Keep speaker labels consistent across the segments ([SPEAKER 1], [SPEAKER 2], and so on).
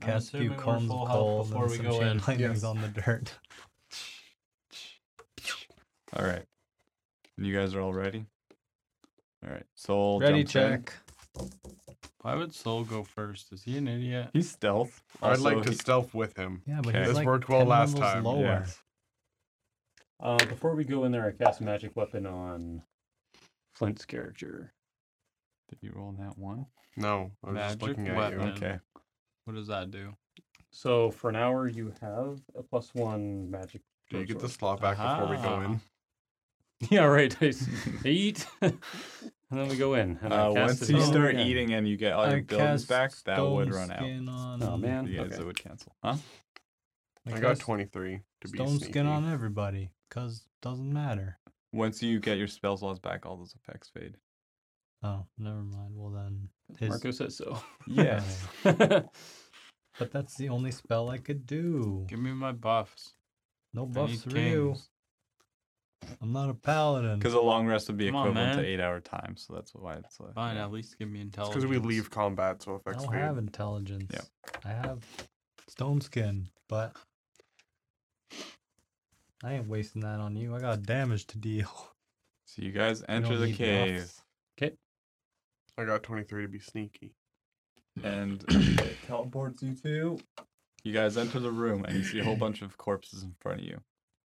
[SPEAKER 1] cast a few
[SPEAKER 2] assuming we're
[SPEAKER 1] cones
[SPEAKER 2] full
[SPEAKER 1] of
[SPEAKER 2] health
[SPEAKER 1] coal
[SPEAKER 2] before
[SPEAKER 1] and
[SPEAKER 2] we
[SPEAKER 1] some
[SPEAKER 2] go
[SPEAKER 1] chain
[SPEAKER 2] in.
[SPEAKER 1] lightnings
[SPEAKER 3] Yes.
[SPEAKER 1] on the dirt.
[SPEAKER 4] All right. And you guys are all ready? All right. Soul.
[SPEAKER 1] Ready,
[SPEAKER 4] jumps in.
[SPEAKER 1] check.
[SPEAKER 2] Why would Soul go first? Is he an idiot?
[SPEAKER 4] He's stealth.
[SPEAKER 3] I'd
[SPEAKER 4] Also,
[SPEAKER 3] like to
[SPEAKER 4] he-
[SPEAKER 3] stealth with him.
[SPEAKER 1] Yeah, but
[SPEAKER 4] Okay.
[SPEAKER 1] he's
[SPEAKER 3] This
[SPEAKER 1] like
[SPEAKER 3] worked well
[SPEAKER 1] 10
[SPEAKER 3] last
[SPEAKER 1] levels
[SPEAKER 3] time.
[SPEAKER 1] Lower.
[SPEAKER 4] Yeah.
[SPEAKER 5] Uh, before we go in there, I cast a magic weapon on Flint's character.
[SPEAKER 4] Did you roll that one?
[SPEAKER 3] No, I was just
[SPEAKER 2] Magic
[SPEAKER 3] looking at
[SPEAKER 2] weapon.
[SPEAKER 3] you.
[SPEAKER 2] Yeah.
[SPEAKER 4] Okay.
[SPEAKER 2] What does that do?
[SPEAKER 5] So for an hour, you have a plus one magic.
[SPEAKER 3] Do you get the
[SPEAKER 5] sword.
[SPEAKER 3] slot back before we
[SPEAKER 1] Ah,
[SPEAKER 3] go in?
[SPEAKER 5] Yeah, right. I s- I eat, and then we go in. And I
[SPEAKER 4] Uh,
[SPEAKER 5] cast
[SPEAKER 4] once
[SPEAKER 5] it
[SPEAKER 4] you
[SPEAKER 5] all
[SPEAKER 4] start
[SPEAKER 5] again.
[SPEAKER 4] eating and you get all your
[SPEAKER 1] I
[SPEAKER 4] buildings
[SPEAKER 1] cast
[SPEAKER 4] back, that would
[SPEAKER 1] stone
[SPEAKER 4] run out.
[SPEAKER 1] skin on-
[SPEAKER 5] Oh man.
[SPEAKER 4] Yeah,
[SPEAKER 5] Okay.
[SPEAKER 4] so it would cancel. Huh?
[SPEAKER 3] I, got
[SPEAKER 1] cast
[SPEAKER 3] 23 to be
[SPEAKER 1] Stone
[SPEAKER 3] sneaky.
[SPEAKER 1] skin on everybody, cause doesn't matter.
[SPEAKER 4] Once you get your spell slots back, all those effects fade.
[SPEAKER 1] Oh, never mind. Well then, his-
[SPEAKER 5] Marco says so.
[SPEAKER 1] Yes.
[SPEAKER 5] All
[SPEAKER 1] but that's the only spell I could do.
[SPEAKER 2] Give me my buffs.
[SPEAKER 1] No
[SPEAKER 2] I
[SPEAKER 1] buffs
[SPEAKER 2] need
[SPEAKER 1] for you.
[SPEAKER 2] kings.
[SPEAKER 1] I'm not a paladin.
[SPEAKER 4] Because a long rest would be
[SPEAKER 2] Come on,
[SPEAKER 4] equivalent to
[SPEAKER 2] man.
[SPEAKER 4] eight hour time, so that's why it's uh,
[SPEAKER 2] Fine,
[SPEAKER 4] yeah.
[SPEAKER 2] at least give me
[SPEAKER 3] It's
[SPEAKER 2] intelligence.
[SPEAKER 3] because we leave combat, so
[SPEAKER 1] I
[SPEAKER 3] effects
[SPEAKER 1] don't
[SPEAKER 3] fade.
[SPEAKER 1] have intelligence. I have stone skin, but I ain't wasting that on you. I got damage to deal.
[SPEAKER 4] So you guys
[SPEAKER 1] You
[SPEAKER 4] enter
[SPEAKER 1] don't
[SPEAKER 4] the
[SPEAKER 1] need
[SPEAKER 4] cave,
[SPEAKER 1] buffs.
[SPEAKER 3] I got 23 to be sneaky.
[SPEAKER 4] and it teleports you to. You guys enter the room, and you see a whole bunch of corpses in front of you,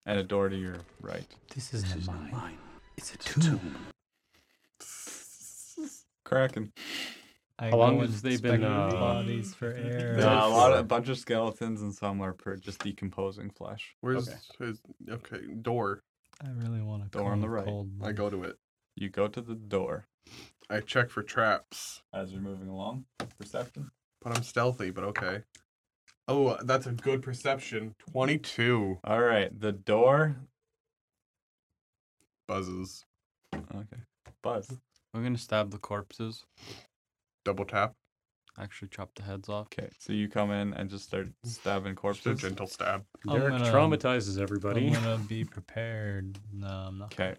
[SPEAKER 4] and a door to your right.
[SPEAKER 1] This isn't mine. It's a tomb.
[SPEAKER 4] Kraken.
[SPEAKER 1] I
[SPEAKER 5] How long
[SPEAKER 1] go
[SPEAKER 5] has
[SPEAKER 1] and
[SPEAKER 5] they been,
[SPEAKER 1] inspect the
[SPEAKER 5] uh,
[SPEAKER 1] bodies for air?
[SPEAKER 4] Nah, Uh, a lot of a bunch of skeletons, and some are per, just decomposing flesh.
[SPEAKER 3] Where's
[SPEAKER 5] Okay.
[SPEAKER 3] his okay door?
[SPEAKER 1] I really want to
[SPEAKER 4] Door on the right.
[SPEAKER 1] Cold
[SPEAKER 3] I
[SPEAKER 1] one.
[SPEAKER 3] go to it.
[SPEAKER 4] You go to the door
[SPEAKER 3] I check for traps,
[SPEAKER 4] as you're moving along. Perception.
[SPEAKER 3] but I'm stealthy. But okay. Oh, that's a good perception. 22
[SPEAKER 4] All right, the door.
[SPEAKER 3] buzzes.
[SPEAKER 4] Okay, buzz.
[SPEAKER 2] I'm gonna stab the corpses.
[SPEAKER 3] Double tap.
[SPEAKER 2] Actually, chop the heads off.
[SPEAKER 4] Okay, so you come in and just start stabbing
[SPEAKER 3] Just a
[SPEAKER 4] corpses.
[SPEAKER 3] gentle stab.
[SPEAKER 1] I'm
[SPEAKER 5] Derek
[SPEAKER 1] gonna-
[SPEAKER 5] traumatizes
[SPEAKER 1] I'm
[SPEAKER 5] everybody.
[SPEAKER 1] gonna be prepared. No, I'm not.
[SPEAKER 4] Okay.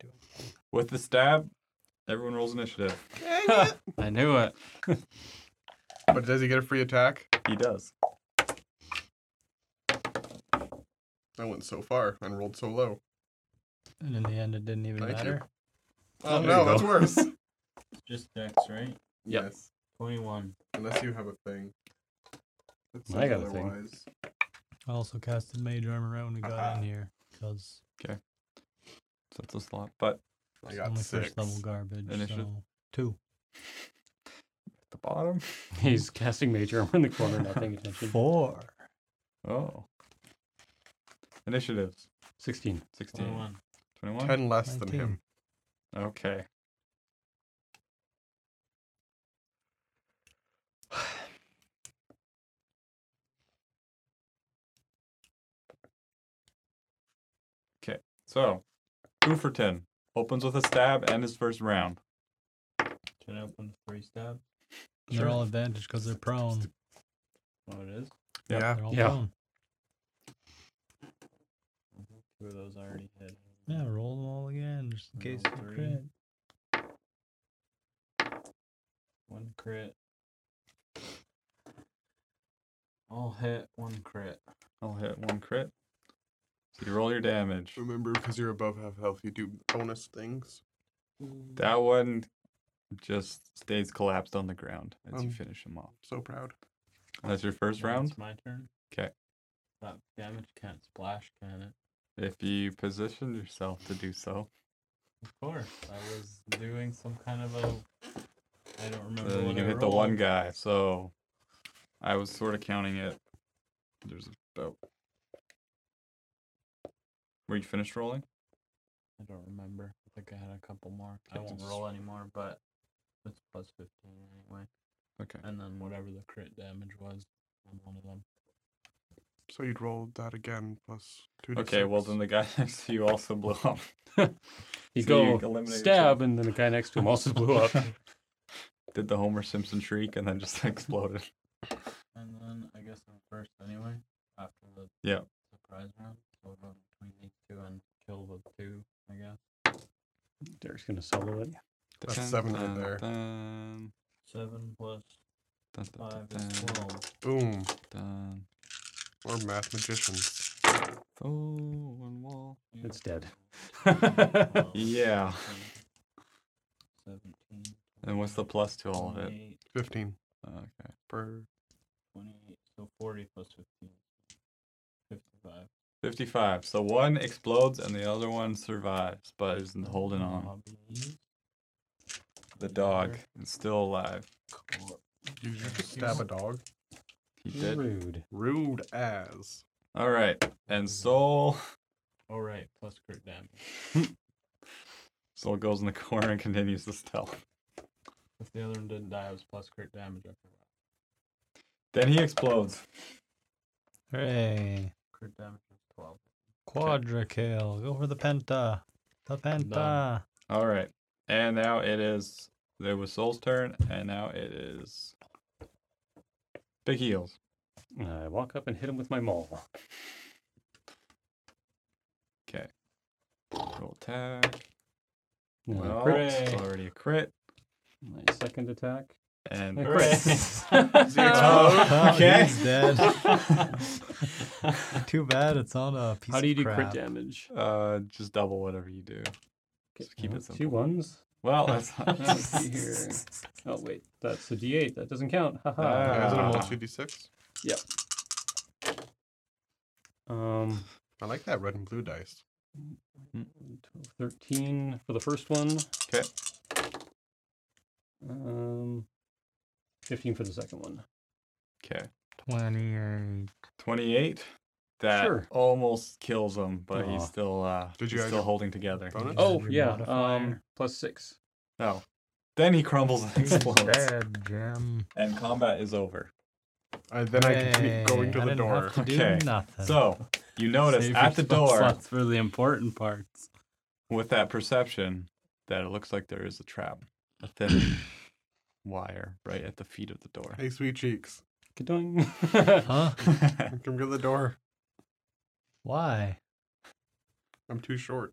[SPEAKER 4] With the stab, everyone rolls initiative.
[SPEAKER 2] I knew it.
[SPEAKER 3] But does he get a free attack?
[SPEAKER 4] He does.
[SPEAKER 3] I went so far and rolled so low.
[SPEAKER 1] And in the end, it didn't even
[SPEAKER 3] Thank you.
[SPEAKER 1] matter.
[SPEAKER 3] Oh,
[SPEAKER 2] Oh, there
[SPEAKER 3] no,
[SPEAKER 2] you
[SPEAKER 3] that's
[SPEAKER 2] go.
[SPEAKER 3] worse.
[SPEAKER 2] Just dex, right? Yep.
[SPEAKER 3] Yes.
[SPEAKER 2] Twenty-one.
[SPEAKER 3] Unless you have a thing. It says
[SPEAKER 5] I got a thing.
[SPEAKER 3] otherwise.
[SPEAKER 1] I also casted mage armor out when we got in here because
[SPEAKER 4] So that's a slot. But
[SPEAKER 3] I
[SPEAKER 1] it's
[SPEAKER 3] got
[SPEAKER 1] only
[SPEAKER 3] six.
[SPEAKER 1] first level garbage.
[SPEAKER 4] Initiative.
[SPEAKER 1] So two.
[SPEAKER 4] at the bottom.
[SPEAKER 5] He's casting mage armor in the corner, not paying attention.
[SPEAKER 1] Four.
[SPEAKER 4] Oh. Initiatives.
[SPEAKER 5] Sixteen.
[SPEAKER 4] 16.
[SPEAKER 2] Twenty-one.
[SPEAKER 4] 21.
[SPEAKER 3] Ten less than
[SPEAKER 1] 19.
[SPEAKER 3] him.
[SPEAKER 4] Okay. okay, so Bufferton opens with a stab and his first round.
[SPEAKER 2] Can I open the free stab?
[SPEAKER 1] And They're all advantage because they're prone.
[SPEAKER 2] Oh, it is.
[SPEAKER 4] Yeah.
[SPEAKER 3] Yeah.
[SPEAKER 1] They're all
[SPEAKER 5] Yeah.
[SPEAKER 1] prone.
[SPEAKER 2] Two of those already hit.
[SPEAKER 1] Yeah, roll them all again just in case
[SPEAKER 2] Roll
[SPEAKER 1] you
[SPEAKER 2] three.
[SPEAKER 1] crit.
[SPEAKER 2] One crit. All hit. One crit.
[SPEAKER 4] I'll hit one crit. So you roll your damage.
[SPEAKER 3] Remember, because you're above half health, you do bonus things.
[SPEAKER 4] That one just stays collapsed on the ground as you
[SPEAKER 3] Um,
[SPEAKER 4] finish him off.
[SPEAKER 3] So proud.
[SPEAKER 4] And that's your first
[SPEAKER 2] Now
[SPEAKER 4] round.
[SPEAKER 2] It's my turn.
[SPEAKER 4] 'Kay.
[SPEAKER 2] That damage can't splash, can it?
[SPEAKER 4] If you position yourself to do so,
[SPEAKER 2] Of course. I was doing some kind of a. I don't remember.
[SPEAKER 4] then
[SPEAKER 2] what
[SPEAKER 4] uh, you can
[SPEAKER 2] I
[SPEAKER 4] hit the one
[SPEAKER 2] rolled.
[SPEAKER 4] guy. So I was sort of counting it. There's about. Were you finished rolling?
[SPEAKER 2] I don't remember. I think I had a couple more. I
[SPEAKER 4] Okay,
[SPEAKER 2] won't
[SPEAKER 4] just-
[SPEAKER 2] roll anymore, but it's plus 15 anyway.
[SPEAKER 4] Okay.
[SPEAKER 2] And then whatever the crit damage was on one of them.
[SPEAKER 3] So you'd roll that again plus two. to
[SPEAKER 4] Okay, well
[SPEAKER 3] six.
[SPEAKER 4] then the guy next to you also blew up.
[SPEAKER 5] He
[SPEAKER 4] So
[SPEAKER 5] go
[SPEAKER 4] you eliminate
[SPEAKER 5] stab, and then the guy next to him also blew up.
[SPEAKER 4] Did the Homer Simpson shriek and then just exploded.
[SPEAKER 2] And then I guess I'm first anyway after the
[SPEAKER 4] Yeah.
[SPEAKER 2] surprise round. So we'll go between these two and kill the two, I guess.
[SPEAKER 5] Derek's gonna solo it.
[SPEAKER 3] That's seven right there.
[SPEAKER 4] dun.
[SPEAKER 2] Seven plus
[SPEAKER 4] Dun, dun,
[SPEAKER 2] Five
[SPEAKER 4] dun,
[SPEAKER 2] is
[SPEAKER 4] dun,
[SPEAKER 2] twelve.
[SPEAKER 3] Boom.
[SPEAKER 4] dun.
[SPEAKER 3] We're math magicians.
[SPEAKER 4] Oh, one wall.
[SPEAKER 5] It's dead.
[SPEAKER 4] Yeah.
[SPEAKER 2] Seventeen.
[SPEAKER 4] And what's the plus to all of it?
[SPEAKER 2] 28,
[SPEAKER 3] 15
[SPEAKER 4] Okay.
[SPEAKER 3] per.
[SPEAKER 2] 28, so forty plus fifteen. Fifty-five.
[SPEAKER 4] 55. So one explodes and the other one survives, but is holding on.
[SPEAKER 2] Hobbies,
[SPEAKER 4] The dog is still alive.
[SPEAKER 2] co-
[SPEAKER 3] You just stab a dog.
[SPEAKER 4] He did.
[SPEAKER 5] Rude.
[SPEAKER 3] Rude as.
[SPEAKER 4] All right. And Soul.
[SPEAKER 2] Oh right, plus crit damage.
[SPEAKER 4] Soul goes in the corner and continues to stealth.
[SPEAKER 2] If the other one didn't die, it was plus crit damage after a while.
[SPEAKER 4] Then he explodes.
[SPEAKER 1] Hooray.
[SPEAKER 2] Crit damage was twelve.
[SPEAKER 1] Quadra kill. Go for the penta. The penta.
[SPEAKER 4] All right. And now it is. There was Soul's turn, and now it is. Big heels.
[SPEAKER 5] I walk up and hit him with my maul.
[SPEAKER 4] Okay. Roll attack.
[SPEAKER 5] No,
[SPEAKER 4] Well,
[SPEAKER 5] crit.
[SPEAKER 4] it's already a crit.
[SPEAKER 5] My second attack.
[SPEAKER 4] And
[SPEAKER 5] I
[SPEAKER 4] Oh,
[SPEAKER 1] Oh,
[SPEAKER 4] okay.
[SPEAKER 1] he's dead. Too bad it's on a piece
[SPEAKER 5] How do you
[SPEAKER 1] of
[SPEAKER 5] do
[SPEAKER 1] crap.
[SPEAKER 5] crit damage?
[SPEAKER 4] uh, just double whatever you do.
[SPEAKER 5] Okay,
[SPEAKER 4] Just keep
[SPEAKER 5] uh,
[SPEAKER 4] it
[SPEAKER 5] Two
[SPEAKER 4] simple.
[SPEAKER 5] ones.
[SPEAKER 4] Well, that's not.
[SPEAKER 5] Let's see here. Oh wait, that's a D8. That doesn't count. Haha.
[SPEAKER 3] Is it a
[SPEAKER 4] Ah.
[SPEAKER 3] multi d6?
[SPEAKER 5] Um,
[SPEAKER 3] I like that red and blue dice.
[SPEAKER 5] 12, 13 for the first one.
[SPEAKER 4] 'Kay.
[SPEAKER 5] Um, 15 for the second one.
[SPEAKER 4] Okay.
[SPEAKER 1] 28.
[SPEAKER 4] 28. That
[SPEAKER 5] Sure.
[SPEAKER 4] almost kills him, but he's
[SPEAKER 1] Aw.
[SPEAKER 4] still uh,
[SPEAKER 3] Did you
[SPEAKER 4] he's
[SPEAKER 3] guys
[SPEAKER 4] still
[SPEAKER 3] get
[SPEAKER 4] holding together.
[SPEAKER 3] Bonus?
[SPEAKER 5] Oh
[SPEAKER 1] Your
[SPEAKER 5] yeah, um,
[SPEAKER 1] modifier.
[SPEAKER 5] plus six.
[SPEAKER 4] No. Then he crumbles and explodes.
[SPEAKER 1] Dead, Jim.
[SPEAKER 4] And combat is over.
[SPEAKER 3] Uh, then I continue
[SPEAKER 1] Hey,
[SPEAKER 3] going to
[SPEAKER 1] I
[SPEAKER 3] the
[SPEAKER 1] didn't
[SPEAKER 3] door.
[SPEAKER 1] Have to do
[SPEAKER 4] Okay.
[SPEAKER 1] nothing.
[SPEAKER 4] So you notice
[SPEAKER 1] Save
[SPEAKER 4] at the
[SPEAKER 1] your spell
[SPEAKER 4] door
[SPEAKER 1] slots for the important parts.
[SPEAKER 4] with that perception that it looks like there is a trap, a thin wire right at the feet of the door.
[SPEAKER 3] Hey, sweet cheeks.
[SPEAKER 5] Ka-doing.
[SPEAKER 1] Huh?
[SPEAKER 3] Come to the door.
[SPEAKER 1] Why?
[SPEAKER 3] I'm too short.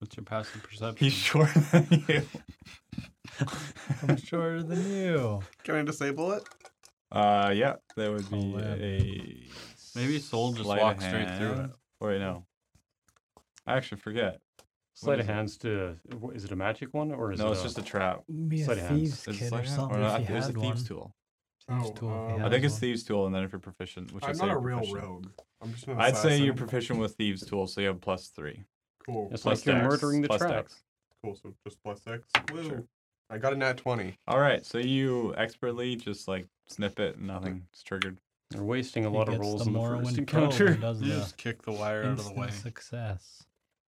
[SPEAKER 1] What's your passive perception?
[SPEAKER 4] He's shorter than you.
[SPEAKER 1] I'm shorter than you.
[SPEAKER 3] Can I disable it?
[SPEAKER 4] Uh, yeah, that would be
[SPEAKER 1] Eleven.
[SPEAKER 4] a.
[SPEAKER 2] Maybe Soul just
[SPEAKER 4] sleight of
[SPEAKER 2] walks straight through it.
[SPEAKER 4] hand. Or wait, no, I actually forget.
[SPEAKER 5] Sleight of
[SPEAKER 4] is it?
[SPEAKER 5] hands to wh- is it a magic one or is
[SPEAKER 4] no,
[SPEAKER 5] it
[SPEAKER 4] it's
[SPEAKER 5] a,
[SPEAKER 4] just a trap.
[SPEAKER 1] Be
[SPEAKER 5] Sleight
[SPEAKER 1] a
[SPEAKER 5] of hand.
[SPEAKER 1] thieves
[SPEAKER 4] Is it
[SPEAKER 1] kid
[SPEAKER 4] sleight
[SPEAKER 1] or
[SPEAKER 4] of hand?
[SPEAKER 1] something.
[SPEAKER 4] not,
[SPEAKER 1] if you
[SPEAKER 4] there's
[SPEAKER 1] had
[SPEAKER 4] a
[SPEAKER 1] one.
[SPEAKER 4] thieves tool.
[SPEAKER 1] Thieves
[SPEAKER 3] Oh,
[SPEAKER 1] tool, if
[SPEAKER 3] uh,
[SPEAKER 1] you
[SPEAKER 4] I
[SPEAKER 1] had
[SPEAKER 4] think it's
[SPEAKER 1] one.
[SPEAKER 4] thieves tool, and then if you're proficient, which I
[SPEAKER 3] I'm
[SPEAKER 4] say
[SPEAKER 3] not a
[SPEAKER 4] you're
[SPEAKER 3] real
[SPEAKER 4] proficient.
[SPEAKER 3] rogue. I'm just an
[SPEAKER 4] I'd say you're
[SPEAKER 3] assassin.
[SPEAKER 4] proficient with thieves tool, so you have plus three.
[SPEAKER 3] Cool.
[SPEAKER 5] It's
[SPEAKER 4] plus
[SPEAKER 5] like you're
[SPEAKER 4] dex,
[SPEAKER 5] murdering the
[SPEAKER 4] plus
[SPEAKER 5] trap.
[SPEAKER 4] dex.
[SPEAKER 3] Cool. So just plus six. Woo. I got a nat 20.
[SPEAKER 4] All right, so you expertly just like snip it, and nothing's triggered.
[SPEAKER 5] They're wasting a
[SPEAKER 1] He
[SPEAKER 5] lot of
[SPEAKER 1] gets
[SPEAKER 5] rolls
[SPEAKER 1] the
[SPEAKER 5] in the
[SPEAKER 1] Morrowind
[SPEAKER 5] first
[SPEAKER 1] probe
[SPEAKER 5] encounter.
[SPEAKER 1] and does
[SPEAKER 2] You
[SPEAKER 1] the
[SPEAKER 2] just kick the wire out of the
[SPEAKER 1] instant
[SPEAKER 2] way.
[SPEAKER 1] Success.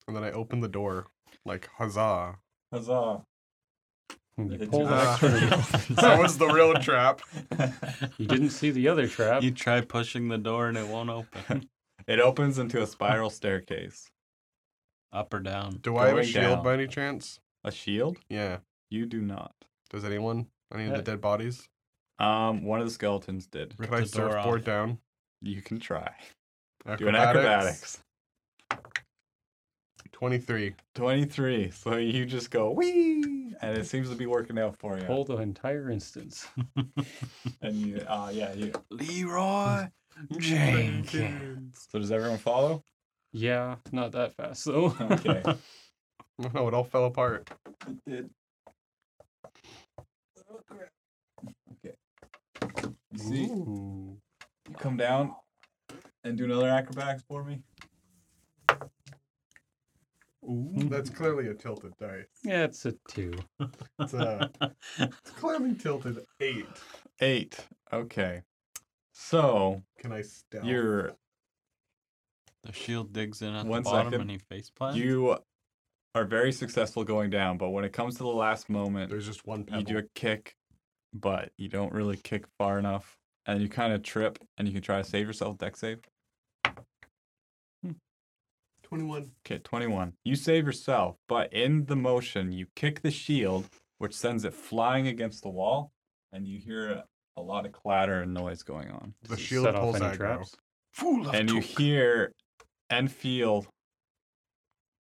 [SPEAKER 3] And then I opened the door. Like, huzzah.
[SPEAKER 4] Huzzah!
[SPEAKER 5] You
[SPEAKER 4] It's
[SPEAKER 5] pull
[SPEAKER 4] not-
[SPEAKER 5] back
[SPEAKER 1] Ah.
[SPEAKER 5] curtain.
[SPEAKER 3] that was the real trap.
[SPEAKER 5] You didn't see the other trap.
[SPEAKER 2] You try pushing the door and it won't open.
[SPEAKER 4] it opens into a spiral staircase.
[SPEAKER 2] Up or down.
[SPEAKER 3] Do I have a
[SPEAKER 4] Going
[SPEAKER 3] shield
[SPEAKER 4] down.
[SPEAKER 3] by any chance?
[SPEAKER 4] A shield?
[SPEAKER 3] Yeah.
[SPEAKER 4] You do not.
[SPEAKER 3] Does anyone? Any of the
[SPEAKER 5] Uh,
[SPEAKER 3] dead bodies?
[SPEAKER 4] Um, one of the skeletons did.
[SPEAKER 2] Rip
[SPEAKER 3] Can I
[SPEAKER 2] the door off.
[SPEAKER 3] surfboard down?
[SPEAKER 4] You can try. Do an
[SPEAKER 3] Acrobatics.
[SPEAKER 4] acrobatics.
[SPEAKER 3] 23.
[SPEAKER 4] 23. So you just go wee, and it seems to be working out for you.
[SPEAKER 5] Pull the entire instance.
[SPEAKER 4] And you, uh, yeah, you. Leroy Jenkins. So does everyone follow?
[SPEAKER 5] Yeah, not that fast though.
[SPEAKER 4] Okay.
[SPEAKER 3] Oh, No, it all fell apart.
[SPEAKER 4] It did. Okay. You see,
[SPEAKER 5] Ooh.
[SPEAKER 4] you come down and do another acrobatics for me.
[SPEAKER 3] That's clearly a tilted dice.
[SPEAKER 5] Yeah, it's a two.
[SPEAKER 3] It's, uh, it's clearly tilted eight.
[SPEAKER 4] Eight. Okay. So
[SPEAKER 3] Can I stealth?
[SPEAKER 4] you're
[SPEAKER 2] The shield digs in at
[SPEAKER 4] One
[SPEAKER 2] the bottom
[SPEAKER 4] second.
[SPEAKER 2] and he face plants.
[SPEAKER 4] you are very successful going down, but when it comes to the last moment,
[SPEAKER 3] There's just one
[SPEAKER 4] you
[SPEAKER 3] pebble.
[SPEAKER 4] do a kick, but you don't really kick far enough, and you kind of trip, and you can try to save yourself. Deck save.
[SPEAKER 3] 21.
[SPEAKER 4] Okay, 21. You save yourself, but in the motion, you kick the shield, which sends it flying against the wall, and you hear a, a lot of clatter and noise going on.
[SPEAKER 3] The
[SPEAKER 5] Does it
[SPEAKER 3] shield
[SPEAKER 5] set off
[SPEAKER 3] pulls
[SPEAKER 5] any
[SPEAKER 3] aggro.
[SPEAKER 5] traps?
[SPEAKER 3] Fool of
[SPEAKER 4] and you
[SPEAKER 3] Took.
[SPEAKER 4] hear and feel,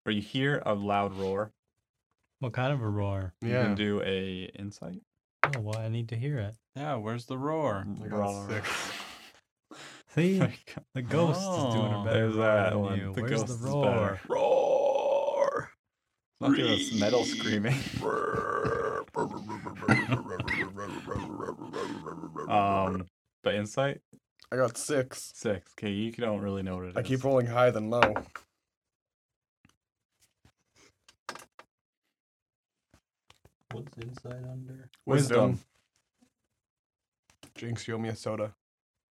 [SPEAKER 4] or you hear a loud roar.
[SPEAKER 1] What kind of a roar?
[SPEAKER 4] You
[SPEAKER 3] Yeah.
[SPEAKER 4] can do a insight.
[SPEAKER 1] Oh, well, I need to hear it.
[SPEAKER 2] Yeah, where's the roar?
[SPEAKER 3] I got
[SPEAKER 4] Rawr.
[SPEAKER 3] six.
[SPEAKER 1] See, the ghost is doing
[SPEAKER 2] Oh,
[SPEAKER 1] a better
[SPEAKER 4] there's
[SPEAKER 1] roar
[SPEAKER 4] that
[SPEAKER 1] than
[SPEAKER 4] one.
[SPEAKER 1] you.
[SPEAKER 4] The
[SPEAKER 1] Where's
[SPEAKER 4] ghost
[SPEAKER 1] the
[SPEAKER 4] is
[SPEAKER 1] roar?
[SPEAKER 4] better.
[SPEAKER 3] Roar.
[SPEAKER 4] Not doing this metal screaming. Um, but insight
[SPEAKER 3] I got six.
[SPEAKER 4] six. Okay, you don't really know what it is.
[SPEAKER 3] I keep rolling high than low.
[SPEAKER 2] What's inside under
[SPEAKER 4] Wisdom.
[SPEAKER 3] Jinx, you owe me a soda.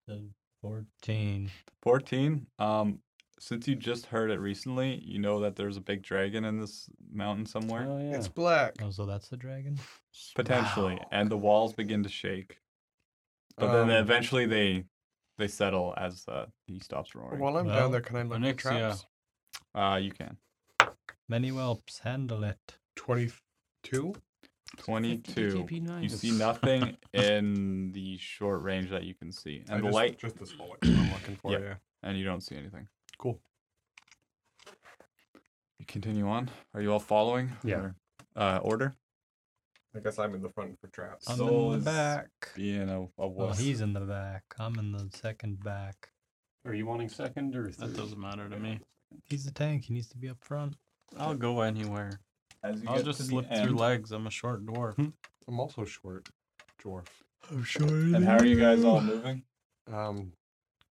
[SPEAKER 2] the board?
[SPEAKER 1] Fourteen.
[SPEAKER 4] 14 um since you just heard it recently you know that there's a big dragon in this mountain somewhere
[SPEAKER 5] Oh yeah.
[SPEAKER 3] It's black.
[SPEAKER 4] Uh,
[SPEAKER 1] Oh, so that's the dragon.
[SPEAKER 4] potentially and the walls begin to shake but
[SPEAKER 3] Um,
[SPEAKER 4] then eventually they they settle as uh, he stops roaring
[SPEAKER 3] While I'm
[SPEAKER 1] Well,
[SPEAKER 3] down there, can I look at
[SPEAKER 2] Onyxia.
[SPEAKER 3] traps?
[SPEAKER 4] uh you can
[SPEAKER 1] Many whelps handle it.
[SPEAKER 3] 22?
[SPEAKER 4] 22 you see nothing in the short range that you can see and
[SPEAKER 3] I
[SPEAKER 4] the
[SPEAKER 3] just-
[SPEAKER 4] light
[SPEAKER 3] Just this whole light I'm looking for.
[SPEAKER 4] Yeah.
[SPEAKER 3] Yeah.
[SPEAKER 4] and you don't see anything
[SPEAKER 3] Cool.
[SPEAKER 4] you continue on are you all following
[SPEAKER 5] Yeah.
[SPEAKER 4] or- uh order
[SPEAKER 3] I guess I'm in the front for traps.
[SPEAKER 1] I'm
[SPEAKER 4] Soul
[SPEAKER 1] in
[SPEAKER 4] is
[SPEAKER 1] the back.
[SPEAKER 4] being a, a
[SPEAKER 1] Well,
[SPEAKER 4] wuss.
[SPEAKER 1] he's in the back. I'm in the second back.
[SPEAKER 5] Are you wanting second or third?
[SPEAKER 2] That doesn't matter to me.
[SPEAKER 1] He's the tank. He needs to be up front.
[SPEAKER 2] I'll go anywhere.
[SPEAKER 4] As you
[SPEAKER 2] I'll
[SPEAKER 4] get
[SPEAKER 2] just
[SPEAKER 4] to the
[SPEAKER 2] slip
[SPEAKER 4] end-
[SPEAKER 2] through legs. I'm a short dwarf.
[SPEAKER 1] Hmm.
[SPEAKER 3] I'm also short. Dwarf.
[SPEAKER 1] I'm sure.
[SPEAKER 4] And how are you guys all moving?
[SPEAKER 3] Um,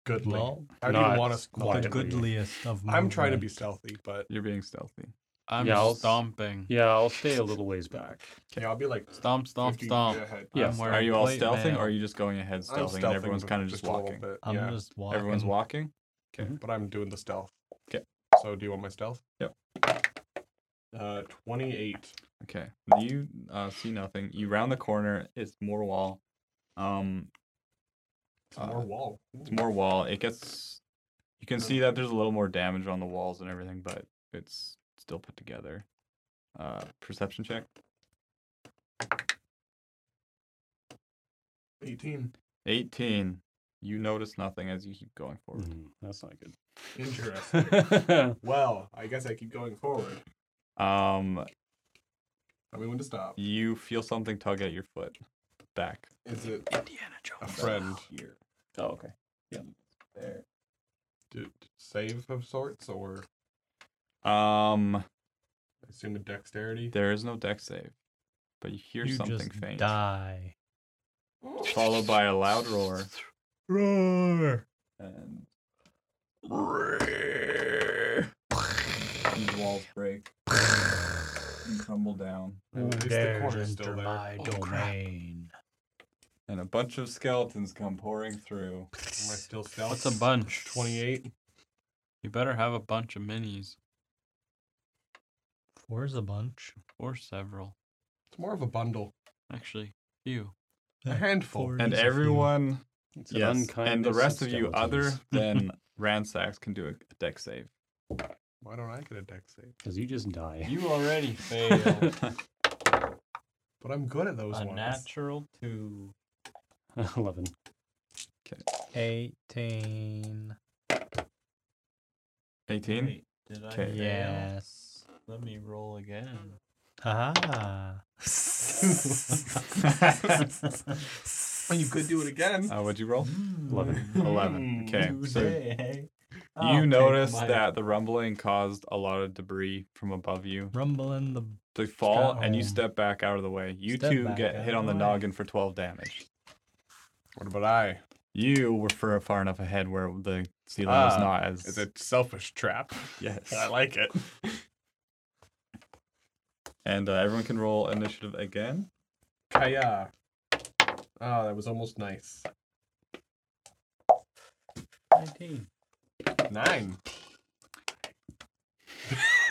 [SPEAKER 3] goodly.
[SPEAKER 1] Well,
[SPEAKER 3] How do
[SPEAKER 5] Not
[SPEAKER 3] you want us
[SPEAKER 1] the
[SPEAKER 5] quietly.
[SPEAKER 3] quiet?
[SPEAKER 1] goodliest of.
[SPEAKER 3] I'm trying to be
[SPEAKER 1] movement.
[SPEAKER 3] stealthy, but
[SPEAKER 4] You're being stealthy.
[SPEAKER 2] I'm
[SPEAKER 5] Yeah, I'll-
[SPEAKER 2] stomping.
[SPEAKER 5] Yeah, I'll stay a little ways back.
[SPEAKER 3] yeah, I'll be like
[SPEAKER 2] Stomp, stomp,
[SPEAKER 3] 15 feet
[SPEAKER 2] stomp.
[SPEAKER 3] ahead.
[SPEAKER 5] Yeah.
[SPEAKER 2] I'm wearing
[SPEAKER 4] Are you all
[SPEAKER 2] plate
[SPEAKER 4] stealthing,
[SPEAKER 2] mail.
[SPEAKER 4] or are you just going ahead
[SPEAKER 3] I'm
[SPEAKER 4] stealthing, and everyone's
[SPEAKER 3] stealthing,
[SPEAKER 4] kind of
[SPEAKER 3] but
[SPEAKER 4] just
[SPEAKER 3] a little
[SPEAKER 4] walking?
[SPEAKER 3] bit,
[SPEAKER 1] I'm
[SPEAKER 3] yeah.
[SPEAKER 1] just walking.
[SPEAKER 4] Everyone's walking.
[SPEAKER 3] but I'm doing the stealth.
[SPEAKER 4] 'Kay.
[SPEAKER 3] So do you want my stealth?
[SPEAKER 4] Yep.
[SPEAKER 3] Uh, 28.
[SPEAKER 4] Okay. You uh, see nothing. You round the corner. It's more wall. Um,
[SPEAKER 3] It's
[SPEAKER 4] Uh,
[SPEAKER 3] more wall.
[SPEAKER 4] it's more wall. It gets. You can see that there's a little more damage on the walls and everything, but it's still put together. Uh, perception check.
[SPEAKER 3] 18.
[SPEAKER 4] 18. You notice nothing as you keep going forward.
[SPEAKER 5] Mm, that's not good.
[SPEAKER 3] Interesting. well, I guess I keep going forward.
[SPEAKER 4] Um,
[SPEAKER 3] Tell me when to stop.
[SPEAKER 4] you feel something tug at your foot, back.
[SPEAKER 3] Is it
[SPEAKER 2] Indiana
[SPEAKER 3] a
[SPEAKER 2] Jones.
[SPEAKER 3] friend
[SPEAKER 4] Ah, Here.
[SPEAKER 5] oh, okay.
[SPEAKER 4] There.
[SPEAKER 3] d- save of sorts, or
[SPEAKER 4] Um,
[SPEAKER 3] I assume a dexterity?
[SPEAKER 4] there is no deck save, but you hear
[SPEAKER 1] You
[SPEAKER 4] something
[SPEAKER 1] just
[SPEAKER 4] faint,
[SPEAKER 1] die.
[SPEAKER 4] followed by a loud roar,
[SPEAKER 1] Roar.
[SPEAKER 4] and these walls break and crumble down,
[SPEAKER 3] Well, at least the
[SPEAKER 1] Dares
[SPEAKER 3] corner's still
[SPEAKER 1] enter
[SPEAKER 3] there.
[SPEAKER 1] my
[SPEAKER 3] Oh, crap.
[SPEAKER 1] domain.
[SPEAKER 4] and a bunch of skeletons come pouring through.
[SPEAKER 3] Am I still stealth?
[SPEAKER 2] What's a bunch?
[SPEAKER 3] 28.
[SPEAKER 2] You better have a bunch of minis
[SPEAKER 1] Four's a bunch.
[SPEAKER 2] or several.
[SPEAKER 3] It's more of a bundle.
[SPEAKER 2] Actually, few.
[SPEAKER 3] A
[SPEAKER 1] Yeah,
[SPEAKER 3] handful.
[SPEAKER 1] four
[SPEAKER 4] And
[SPEAKER 1] is a few.
[SPEAKER 4] everyone,
[SPEAKER 5] It's an
[SPEAKER 4] yes,
[SPEAKER 5] unkind
[SPEAKER 4] and the
[SPEAKER 5] list
[SPEAKER 4] rest of you, other
[SPEAKER 5] skeletons.
[SPEAKER 4] than Ransacks, can do a deck save.
[SPEAKER 3] Why don't I get a dex save?
[SPEAKER 5] Cause you just die.
[SPEAKER 2] You already failed.
[SPEAKER 3] But I'm good at those
[SPEAKER 2] a
[SPEAKER 3] ones.
[SPEAKER 2] natural two.
[SPEAKER 5] Eleven.
[SPEAKER 1] 18.
[SPEAKER 4] 18.
[SPEAKER 2] Wait, did I?
[SPEAKER 4] 'Kay.
[SPEAKER 2] fail?
[SPEAKER 1] Yes.
[SPEAKER 2] Let me roll again.
[SPEAKER 1] Ah.
[SPEAKER 3] Oh, you could do it again.
[SPEAKER 4] Uh, what'd you roll?
[SPEAKER 1] Hmm.
[SPEAKER 5] Eleven.
[SPEAKER 4] 11. Okay. So
[SPEAKER 2] Today,
[SPEAKER 1] Oh,
[SPEAKER 2] I'll
[SPEAKER 4] You
[SPEAKER 2] take
[SPEAKER 4] notice
[SPEAKER 2] my-
[SPEAKER 4] that the rumbling caused a lot of debris from above you
[SPEAKER 1] Rumbling the.
[SPEAKER 4] to fall, and you
[SPEAKER 1] home.
[SPEAKER 4] step back out of the way. You
[SPEAKER 1] Step
[SPEAKER 4] two
[SPEAKER 1] back
[SPEAKER 4] get
[SPEAKER 1] out
[SPEAKER 4] hit
[SPEAKER 1] of
[SPEAKER 4] on the
[SPEAKER 1] the way.
[SPEAKER 4] noggin for 12 damage.
[SPEAKER 3] What about I?
[SPEAKER 4] You were far, far enough ahead where the ceiling was
[SPEAKER 3] Ah,
[SPEAKER 4] not as.
[SPEAKER 3] It's a selfish trap.
[SPEAKER 4] Yes.
[SPEAKER 3] I like it.
[SPEAKER 4] And uh, everyone can roll initiative again.
[SPEAKER 3] Kaya. Ah, that was almost nice.
[SPEAKER 2] 19.
[SPEAKER 3] Nine.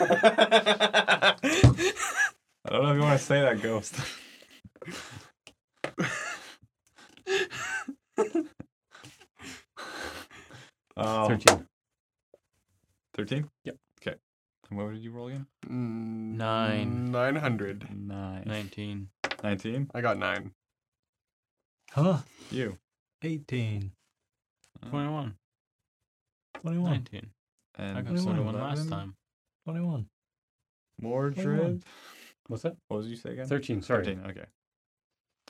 [SPEAKER 4] I don't know if you want to say that, Ghost. um,
[SPEAKER 5] Thirteen.
[SPEAKER 4] 13?
[SPEAKER 5] Yep.
[SPEAKER 4] Okay. And what did you roll again?
[SPEAKER 2] Nine.
[SPEAKER 3] Nine hundred.
[SPEAKER 4] Nine.
[SPEAKER 2] 19.
[SPEAKER 4] 19?
[SPEAKER 3] I got nine.
[SPEAKER 1] Huh.
[SPEAKER 4] You.
[SPEAKER 1] 18.
[SPEAKER 2] 21.
[SPEAKER 1] 21.
[SPEAKER 2] 19.
[SPEAKER 4] And
[SPEAKER 2] I got
[SPEAKER 1] Only one
[SPEAKER 2] 21 last
[SPEAKER 4] eleven.
[SPEAKER 2] time.
[SPEAKER 1] 21.
[SPEAKER 4] Mordred?
[SPEAKER 5] What's that?
[SPEAKER 4] What was you say again?
[SPEAKER 5] Thirteen. Sorry.
[SPEAKER 4] 13, okay.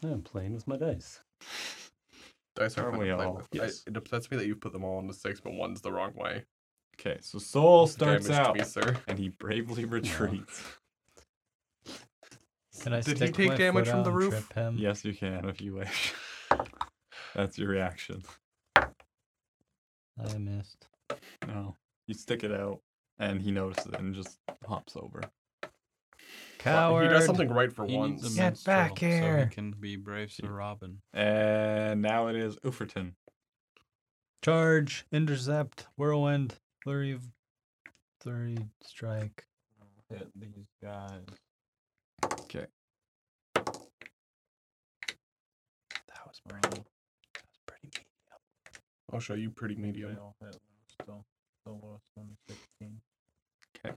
[SPEAKER 5] I'm playing with my dice.
[SPEAKER 3] Dice are
[SPEAKER 4] Aren't
[SPEAKER 3] fun
[SPEAKER 4] we
[SPEAKER 3] to play
[SPEAKER 4] all?
[SPEAKER 3] with.
[SPEAKER 5] Yes.
[SPEAKER 3] I, it upsets me that you put them all on the six, but one's the wrong way.
[SPEAKER 4] Okay, so Soul starts
[SPEAKER 3] Damage to
[SPEAKER 4] out
[SPEAKER 3] me, sir.
[SPEAKER 4] and he bravely retreats.
[SPEAKER 1] Can I
[SPEAKER 3] Did he
[SPEAKER 1] stick
[SPEAKER 3] take
[SPEAKER 1] my
[SPEAKER 3] damage
[SPEAKER 1] foot
[SPEAKER 3] from
[SPEAKER 1] out
[SPEAKER 3] the
[SPEAKER 1] and
[SPEAKER 3] roof?
[SPEAKER 1] Trip him?
[SPEAKER 4] Yes, you can if you wish. That's your reaction.
[SPEAKER 1] I missed.
[SPEAKER 4] No. You stick it out and he notices it and just hops over.
[SPEAKER 3] Well,
[SPEAKER 1] Coward.
[SPEAKER 3] He does something right for
[SPEAKER 2] He
[SPEAKER 3] once.
[SPEAKER 2] needs a
[SPEAKER 1] Get
[SPEAKER 2] minstrel
[SPEAKER 1] back
[SPEAKER 2] so
[SPEAKER 1] here.
[SPEAKER 2] he can be brave Sir Robin.
[SPEAKER 4] And now it is Uferton.
[SPEAKER 1] Charge, intercept, whirlwind, flurry, of- flurry, strike.
[SPEAKER 2] Hit these guys.
[SPEAKER 4] Okay.
[SPEAKER 1] That was
[SPEAKER 2] pretty- that
[SPEAKER 1] was pretty mean.
[SPEAKER 3] I'll show you pretty
[SPEAKER 2] They
[SPEAKER 3] medium.
[SPEAKER 2] all hit. So, the lowest one is 16.
[SPEAKER 4] 'Kay.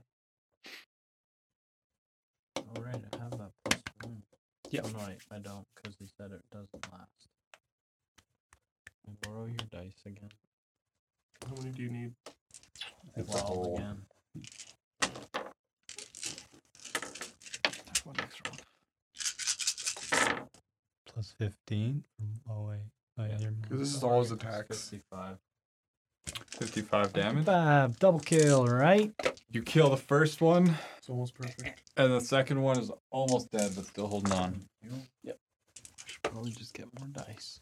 [SPEAKER 2] All right, I have that plus one.
[SPEAKER 5] Yeah.
[SPEAKER 2] Oh, no, I, I don't, because he said it doesn't last. Can I borrow your dice again.
[SPEAKER 3] How many do you need?
[SPEAKER 5] It's
[SPEAKER 2] Twelve
[SPEAKER 5] all-
[SPEAKER 2] again.
[SPEAKER 4] One extra one.
[SPEAKER 1] Plus 15. from- Oh, wait. Oh, yeah,
[SPEAKER 2] Yeah.
[SPEAKER 1] never mind.
[SPEAKER 3] Because this is
[SPEAKER 2] Sorry,
[SPEAKER 3] all his
[SPEAKER 2] that's
[SPEAKER 3] attacks.
[SPEAKER 2] Fifty-five.
[SPEAKER 4] Fifty-five damage.
[SPEAKER 1] Five. Double kill, right?
[SPEAKER 4] You kill the first one,
[SPEAKER 3] It's almost perfect.
[SPEAKER 4] and the second one is almost dead but still holding on.
[SPEAKER 2] You?
[SPEAKER 5] Yep.
[SPEAKER 2] I should probably just get more dice.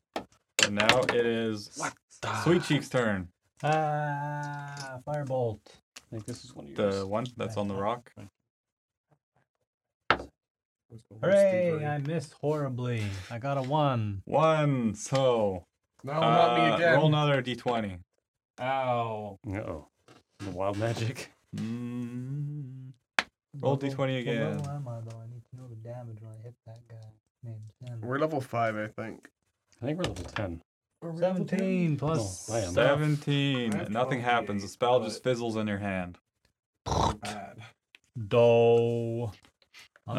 [SPEAKER 4] And now it is Sweet Cheek's turn.
[SPEAKER 1] Ah, firebolt.
[SPEAKER 5] I think this is one of yours.
[SPEAKER 4] The one that's on the rock.
[SPEAKER 3] It's almost
[SPEAKER 1] Hooray,
[SPEAKER 3] three.
[SPEAKER 1] I missed horribly. I got a one.
[SPEAKER 4] One. So
[SPEAKER 3] No, not me
[SPEAKER 4] uh,
[SPEAKER 3] again.
[SPEAKER 4] roll another D twenty.
[SPEAKER 2] Ow.
[SPEAKER 5] Uh oh. The wild magic.
[SPEAKER 4] Mm. Roll D20
[SPEAKER 1] What level
[SPEAKER 4] again.
[SPEAKER 1] am I, though? I need to know the damage when I hit that guy named Sam.
[SPEAKER 3] We're level five, I think.
[SPEAKER 5] I think we're level 10.
[SPEAKER 1] 17 plus
[SPEAKER 5] No, I am.
[SPEAKER 1] stuff.
[SPEAKER 4] Seventeen.
[SPEAKER 3] I have
[SPEAKER 4] Nothing happens. The
[SPEAKER 3] 28,
[SPEAKER 4] spell
[SPEAKER 3] but-
[SPEAKER 4] just fizzles in your hand.
[SPEAKER 3] Bad.
[SPEAKER 1] Doh.
[SPEAKER 4] All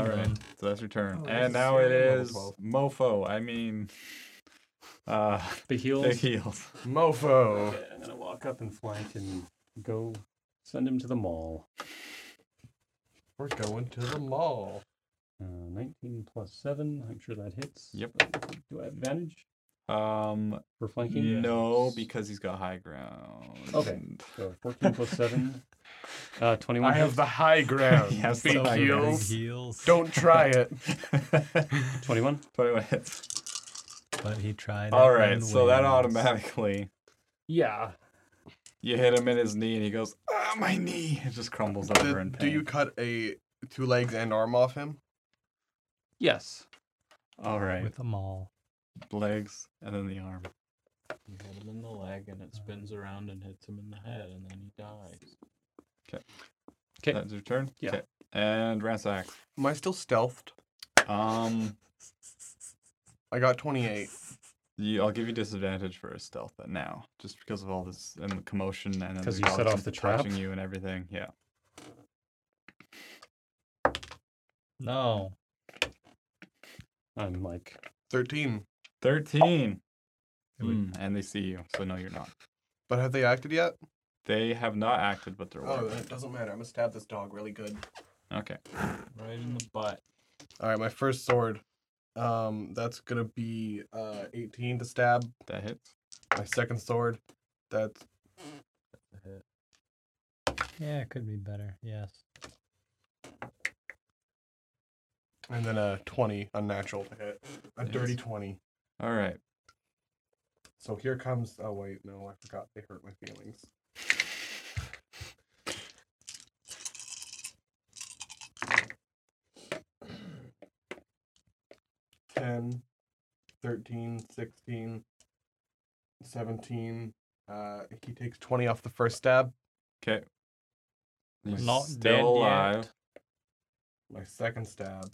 [SPEAKER 4] right. So that's your turn.
[SPEAKER 3] Oh, this
[SPEAKER 4] and
[SPEAKER 3] is
[SPEAKER 4] now it
[SPEAKER 3] level
[SPEAKER 4] is
[SPEAKER 3] 12.
[SPEAKER 4] Mofo. I mean, uh,
[SPEAKER 5] Big heels.
[SPEAKER 4] Big Heels.
[SPEAKER 3] Mofo.
[SPEAKER 5] Okay, I'm gonna walk up and flank and go send him to the mall.
[SPEAKER 3] We're going to the mall.
[SPEAKER 5] Uh, 19 plus 7. I'm sure that hits.
[SPEAKER 4] Yep.
[SPEAKER 5] Do I have advantage
[SPEAKER 4] Um,
[SPEAKER 5] for flanking?
[SPEAKER 4] no,
[SPEAKER 2] Yes.
[SPEAKER 4] because he's got high ground.
[SPEAKER 5] Okay. So 14 plus 7. Uh, 21.
[SPEAKER 3] I have the high ground.
[SPEAKER 4] He has the
[SPEAKER 3] big
[SPEAKER 4] high ground.
[SPEAKER 3] heels.
[SPEAKER 1] heals.
[SPEAKER 3] Don't try it.
[SPEAKER 5] 21.
[SPEAKER 4] 21 hits.
[SPEAKER 1] But he tried.
[SPEAKER 4] All
[SPEAKER 1] it
[SPEAKER 4] right.
[SPEAKER 1] and
[SPEAKER 4] So that
[SPEAKER 1] wins.
[SPEAKER 4] automatically,
[SPEAKER 5] Yeah.
[SPEAKER 4] you hit him in his knee, and he goes, "Ah, my knee!" It just crumbles over in
[SPEAKER 3] Did- do
[SPEAKER 4] pain.
[SPEAKER 3] you cut a two legs and arm off him?
[SPEAKER 5] Yes.
[SPEAKER 4] All right.
[SPEAKER 1] With them all.
[SPEAKER 4] Legs and then the arm.
[SPEAKER 2] You hit him in the leg and it spins around and hits him in the head and then he dies.
[SPEAKER 5] Okay.
[SPEAKER 4] That's your turn.
[SPEAKER 5] Yeah.
[SPEAKER 4] 'Kay. And ransack.
[SPEAKER 3] Am I still stealthed?
[SPEAKER 4] Um,
[SPEAKER 3] I got 28.
[SPEAKER 4] you, I'll give you disadvantage for a stealth then now, just because of all this and the commotion and then
[SPEAKER 5] 'Cause
[SPEAKER 4] there's
[SPEAKER 5] you set
[SPEAKER 4] dogs
[SPEAKER 5] off the trap?
[SPEAKER 4] touching you and everything. Yeah.
[SPEAKER 1] No.
[SPEAKER 5] I'm like,
[SPEAKER 3] 13.
[SPEAKER 4] Thirteen.
[SPEAKER 1] It would-
[SPEAKER 4] Mm, and they see you, so no, you're not.
[SPEAKER 3] But have they acted yet?
[SPEAKER 4] They have not acted, but they're
[SPEAKER 3] Oh,
[SPEAKER 4] aware.
[SPEAKER 3] it doesn't matter. I'm gonna stab this dog really good.
[SPEAKER 4] Okay.
[SPEAKER 2] Right in the butt.
[SPEAKER 3] All right, my first sword. Um, that's gonna be uh 18 to stab.
[SPEAKER 4] That hits.
[SPEAKER 3] My second sword, that's
[SPEAKER 2] The hit.
[SPEAKER 1] Yeah, it could be better. Yes.
[SPEAKER 3] and then a 20 unnatural to hit. A
[SPEAKER 4] Yes.
[SPEAKER 3] dirty 20.
[SPEAKER 4] All right.
[SPEAKER 3] So here comes. Oh wait, no, I forgot. They hurt my feelings. Ten, thirteen, sixteen, seventeen. Uh, he takes twenty off the first stab.
[SPEAKER 4] Okay. He's
[SPEAKER 1] Not
[SPEAKER 4] still
[SPEAKER 1] dead yet.
[SPEAKER 4] alive.
[SPEAKER 3] My second stab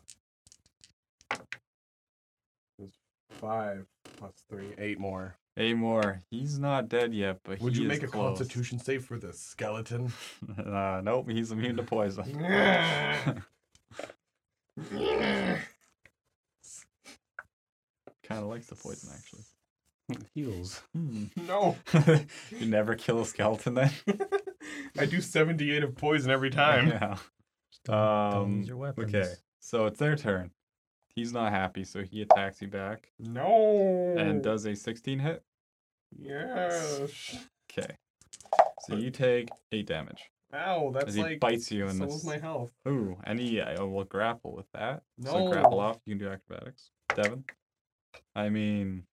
[SPEAKER 3] is five plus three, eight more.
[SPEAKER 4] Eight more. He's not dead yet, but
[SPEAKER 3] Would
[SPEAKER 4] he is
[SPEAKER 3] you make a
[SPEAKER 4] close.
[SPEAKER 3] Constitution save for this skeleton?
[SPEAKER 4] uh, nope. He's immune to poison. kind of likes the poison actually.
[SPEAKER 5] heels.
[SPEAKER 3] Hmm. no,
[SPEAKER 4] you never kill a skeleton then.
[SPEAKER 3] I do seventy-eight of poison every time.
[SPEAKER 4] Yeah.
[SPEAKER 1] Just don't, don't
[SPEAKER 4] Um,
[SPEAKER 1] use your weapons.
[SPEAKER 4] Okay. So it's their turn. He's not happy, so he attacks you back
[SPEAKER 3] No.
[SPEAKER 4] and does a 16 hit.
[SPEAKER 3] Yes.
[SPEAKER 4] Okay. So you take 8 damage.
[SPEAKER 3] Ow,
[SPEAKER 4] as
[SPEAKER 3] that's
[SPEAKER 4] he
[SPEAKER 3] like
[SPEAKER 4] bites you in
[SPEAKER 3] so
[SPEAKER 4] this.
[SPEAKER 3] is my health.
[SPEAKER 4] Ooh, any I will grapple with that. So grapple
[SPEAKER 3] No.
[SPEAKER 4] off. You can do acrobatics. Devin. I mean,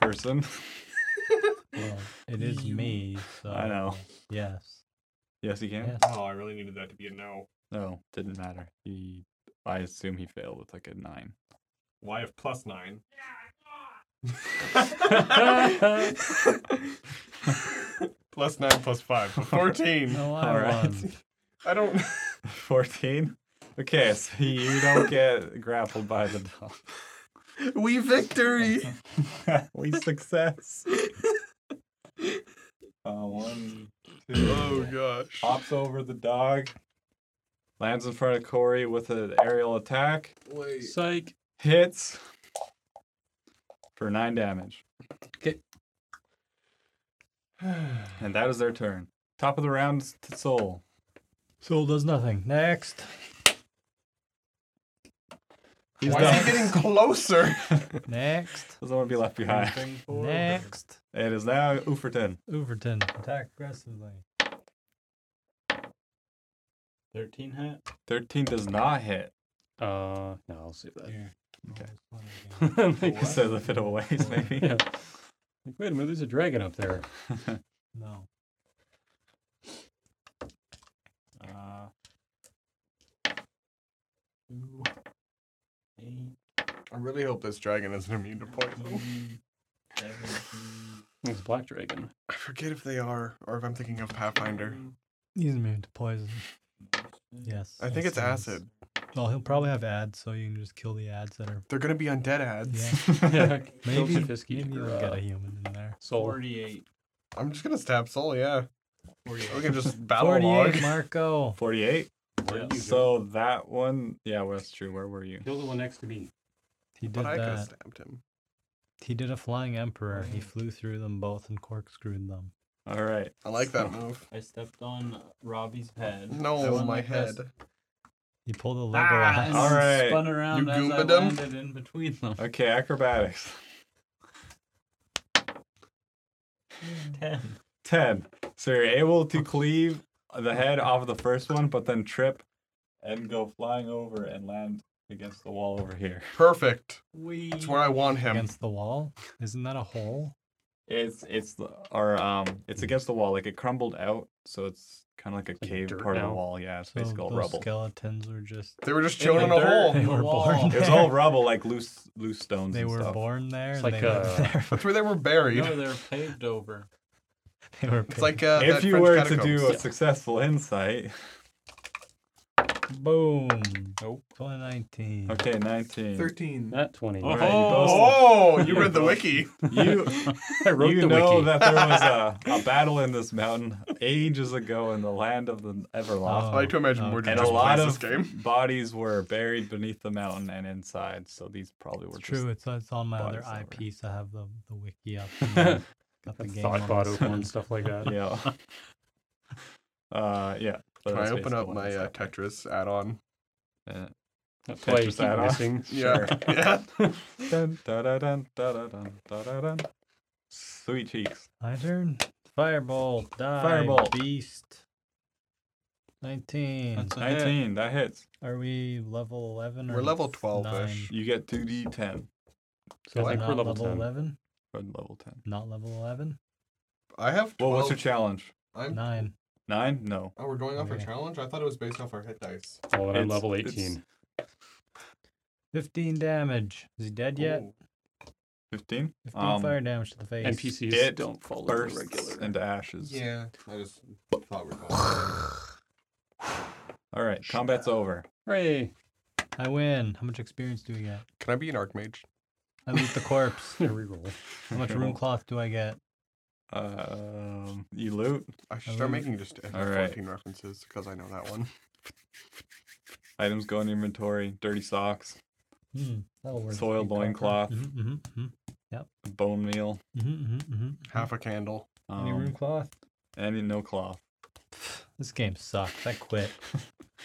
[SPEAKER 4] person.
[SPEAKER 1] Well, it is
[SPEAKER 4] You-
[SPEAKER 1] me, so.
[SPEAKER 4] I know.
[SPEAKER 1] Yes.
[SPEAKER 4] Yes, he can.
[SPEAKER 1] Yes.
[SPEAKER 3] Oh, I really needed that to be a no.
[SPEAKER 4] No, didn't matter. He, I assume he failed with like a nine.
[SPEAKER 3] Well, I have plus nine. plus nine plus five. so Fourteen.
[SPEAKER 1] No, I
[SPEAKER 4] All right.
[SPEAKER 1] won.
[SPEAKER 3] I don't.
[SPEAKER 4] 14? Okay, so you don't get grappled by the
[SPEAKER 3] we victory.
[SPEAKER 4] dog. we success. Uh, one, two.
[SPEAKER 3] Oh gosh.
[SPEAKER 4] Hops over the dog. Lands in front of Corey with an aerial attack.
[SPEAKER 3] Wait.
[SPEAKER 1] Psych.
[SPEAKER 4] Hits for nine damage. And that is their turn. Top of the round to Soul.
[SPEAKER 1] Soul does nothing. Next.
[SPEAKER 4] He's
[SPEAKER 3] Why is
[SPEAKER 4] done.
[SPEAKER 3] he getting closer?
[SPEAKER 1] Next.
[SPEAKER 4] Doesn't want to be left behind.
[SPEAKER 1] Next.
[SPEAKER 4] It is now Uferton.
[SPEAKER 1] Overton. Attack aggressively.
[SPEAKER 2] 13 hit.
[SPEAKER 4] 13 does not hit.
[SPEAKER 5] Uh, no, I'll save that.
[SPEAKER 1] Here.
[SPEAKER 4] Okay.
[SPEAKER 5] Like,
[SPEAKER 4] He says a bit of a ways, maybe.
[SPEAKER 5] yeah. Like, wait a minute, there's a dragon up there.
[SPEAKER 1] No.
[SPEAKER 4] Uh,
[SPEAKER 2] 2, 8,
[SPEAKER 3] I really hope this dragon isn't immune to poison.
[SPEAKER 2] 18, 17,
[SPEAKER 5] It's a black dragon.
[SPEAKER 3] I forget if they are, or if I'm thinking of Pathfinder.
[SPEAKER 1] He's immune to poison.
[SPEAKER 2] Yeah.
[SPEAKER 1] Yes.
[SPEAKER 3] I think
[SPEAKER 1] yes,
[SPEAKER 3] it's
[SPEAKER 1] he is.
[SPEAKER 3] acid.
[SPEAKER 1] Well, he'll probably have ads, so you can just kill the ads that are.
[SPEAKER 3] They're gonna be undead ads.
[SPEAKER 1] Yeah.
[SPEAKER 5] yeah, killed
[SPEAKER 1] Maybe,
[SPEAKER 5] Jafisky
[SPEAKER 1] maybe
[SPEAKER 5] for,
[SPEAKER 1] you'll get
[SPEAKER 5] uh,
[SPEAKER 1] a human in there.
[SPEAKER 5] Soul.
[SPEAKER 2] 48.
[SPEAKER 3] I'm just gonna stab Soul. Yeah.
[SPEAKER 2] 48.
[SPEAKER 3] We can just battle log.
[SPEAKER 1] 48, Marco.
[SPEAKER 4] 48.
[SPEAKER 5] Yeah.
[SPEAKER 4] So that one, yeah, well, that's true. Where were you?
[SPEAKER 5] Kill the one next to me.
[SPEAKER 1] He did
[SPEAKER 3] But I could have
[SPEAKER 1] that.
[SPEAKER 3] stabbed him.
[SPEAKER 1] He did a flying emperor. He flew through them both and corkscrewed them.
[SPEAKER 4] All right.
[SPEAKER 3] I like that move.
[SPEAKER 2] I stepped on Robbie's head. I
[SPEAKER 3] No,
[SPEAKER 2] went
[SPEAKER 3] my
[SPEAKER 2] like this.
[SPEAKER 3] head.
[SPEAKER 1] He pulled a
[SPEAKER 2] Ah,
[SPEAKER 1] Legolas.
[SPEAKER 2] and
[SPEAKER 4] All
[SPEAKER 2] then
[SPEAKER 4] right.
[SPEAKER 2] spun around
[SPEAKER 3] You
[SPEAKER 2] as I
[SPEAKER 3] goomba'd 'em?
[SPEAKER 2] landed in between them.
[SPEAKER 4] Okay, acrobatics.
[SPEAKER 2] 10.
[SPEAKER 4] 10. So you're able to cleave the head off of the first one, but then trip and go flying over and land against the wall over here.
[SPEAKER 3] Perfect.
[SPEAKER 2] We.
[SPEAKER 3] That's where I want him.
[SPEAKER 1] against the wall. Isn't that a hole?
[SPEAKER 4] It's it's the- or um it's against the wall like it crumbled out, so it's kind of like a
[SPEAKER 5] Like
[SPEAKER 4] cave
[SPEAKER 5] dirt
[SPEAKER 4] part of
[SPEAKER 5] now?
[SPEAKER 4] the wall. Yeah, it's
[SPEAKER 1] So
[SPEAKER 4] basically all
[SPEAKER 1] those
[SPEAKER 4] rubble.
[SPEAKER 1] skeletons were just.
[SPEAKER 3] They were just chilling in
[SPEAKER 4] the
[SPEAKER 3] a
[SPEAKER 4] dirt.
[SPEAKER 3] hole.
[SPEAKER 1] They
[SPEAKER 2] the
[SPEAKER 1] were
[SPEAKER 2] wall.
[SPEAKER 1] born.
[SPEAKER 4] It was
[SPEAKER 1] there.
[SPEAKER 4] all rubble, like loose loose stones.
[SPEAKER 1] They
[SPEAKER 4] and
[SPEAKER 1] were
[SPEAKER 4] stuff.
[SPEAKER 1] born there.
[SPEAKER 5] It's
[SPEAKER 1] and
[SPEAKER 5] like
[SPEAKER 1] they lived
[SPEAKER 5] a-
[SPEAKER 1] there. for-
[SPEAKER 3] That's where they were buried.
[SPEAKER 2] No, they're paved over.
[SPEAKER 1] they were
[SPEAKER 3] It's like uh,
[SPEAKER 4] if
[SPEAKER 3] that
[SPEAKER 4] you
[SPEAKER 3] French
[SPEAKER 4] were
[SPEAKER 3] catacombs.
[SPEAKER 4] to do a successful insight,
[SPEAKER 1] boom.
[SPEAKER 2] Nope.
[SPEAKER 1] 2019.
[SPEAKER 4] okay, nineteen.
[SPEAKER 3] thirteen.
[SPEAKER 5] Not 20.
[SPEAKER 4] All right,
[SPEAKER 3] Oh, you read the wiki.
[SPEAKER 4] you
[SPEAKER 5] I wrote
[SPEAKER 4] you
[SPEAKER 5] the
[SPEAKER 4] know
[SPEAKER 5] wiki.
[SPEAKER 4] that there was a, a battle in this mountain ages ago in the land of the Everloft,
[SPEAKER 3] I like to imagine we're
[SPEAKER 1] okay.
[SPEAKER 4] Oh, and
[SPEAKER 3] just
[SPEAKER 4] a lot
[SPEAKER 3] plays
[SPEAKER 4] of
[SPEAKER 3] this game.
[SPEAKER 4] bodies were buried beneath the mountain and inside. So these probably were
[SPEAKER 1] It's true. It's, it's on my other
[SPEAKER 4] bodies that were-
[SPEAKER 1] eyepiece. I have the, the wiki up. and then Got the game on
[SPEAKER 5] Thoughtbot
[SPEAKER 1] this
[SPEAKER 5] open
[SPEAKER 1] one.
[SPEAKER 5] and stuff like that.
[SPEAKER 4] Just, yeah. Uh, yeah. so
[SPEAKER 3] Can I
[SPEAKER 4] that's
[SPEAKER 3] open
[SPEAKER 4] basically
[SPEAKER 3] up
[SPEAKER 4] what
[SPEAKER 3] my
[SPEAKER 4] this
[SPEAKER 3] uh,
[SPEAKER 4] happened.
[SPEAKER 3] Tetris add-on?
[SPEAKER 4] Uh,
[SPEAKER 5] That's why you
[SPEAKER 4] Tetris
[SPEAKER 5] keep
[SPEAKER 4] add-on.
[SPEAKER 5] missing.
[SPEAKER 3] Yeah. yeah.
[SPEAKER 4] Dun, da, da, dun, da, da, dun, da, da, dun. Sweet cheeks.
[SPEAKER 1] My turn. Fireball. Die.
[SPEAKER 4] Firebolt.
[SPEAKER 1] Beast. 19.
[SPEAKER 2] That's a hit.
[SPEAKER 4] 19, that hits.
[SPEAKER 1] Are we level 11 or
[SPEAKER 3] We're level
[SPEAKER 1] nine?
[SPEAKER 3] 12-ish.
[SPEAKER 4] You get 2d10.
[SPEAKER 5] So I
[SPEAKER 1] We're
[SPEAKER 5] think
[SPEAKER 1] not
[SPEAKER 5] we're level 10.
[SPEAKER 1] 11.
[SPEAKER 4] Run level 10.
[SPEAKER 1] Not level 11.
[SPEAKER 3] I have. 12.
[SPEAKER 4] Well, what's your challenge?
[SPEAKER 3] I'm-
[SPEAKER 1] 9.
[SPEAKER 4] 9? No.
[SPEAKER 3] Oh, we're going off our
[SPEAKER 1] Okay.
[SPEAKER 3] challenge. I thought it was based off our hit dice.
[SPEAKER 5] Well, then Oh, I'm
[SPEAKER 4] It's-
[SPEAKER 5] level
[SPEAKER 4] it's-
[SPEAKER 5] 18.
[SPEAKER 1] 15 damage. Is he dead yet?
[SPEAKER 3] Ooh.
[SPEAKER 4] 15?
[SPEAKER 1] 15
[SPEAKER 4] Um,
[SPEAKER 1] fire damage to the face.
[SPEAKER 5] NPCs
[SPEAKER 4] it
[SPEAKER 5] don't follow the
[SPEAKER 4] Bursts
[SPEAKER 5] regular.
[SPEAKER 4] into ashes.
[SPEAKER 3] Yeah. I just thought we were going.
[SPEAKER 4] All right, combat's over.
[SPEAKER 5] Hooray!
[SPEAKER 1] I win. How much experience do we get?
[SPEAKER 3] Can I be an archmage?
[SPEAKER 1] I loot the corpse.
[SPEAKER 5] Reroll.
[SPEAKER 1] How much rune cloth do I get?
[SPEAKER 4] Um, you loot?
[SPEAKER 3] I should
[SPEAKER 1] I
[SPEAKER 3] start
[SPEAKER 4] Um,
[SPEAKER 1] believe-
[SPEAKER 3] making just
[SPEAKER 4] All right.
[SPEAKER 3] F14 references because I know that one.
[SPEAKER 4] Items go in inventory. Dirty socks.
[SPEAKER 1] Hmm. That'll work.
[SPEAKER 4] Soiled loincloth.
[SPEAKER 1] Mm-hmm, hmm
[SPEAKER 4] Bone meal.
[SPEAKER 1] hmm hmm
[SPEAKER 3] Half a candle.
[SPEAKER 4] Um,
[SPEAKER 1] Any rune cloth?
[SPEAKER 4] Any no cloth.
[SPEAKER 1] This game sucks. I quit.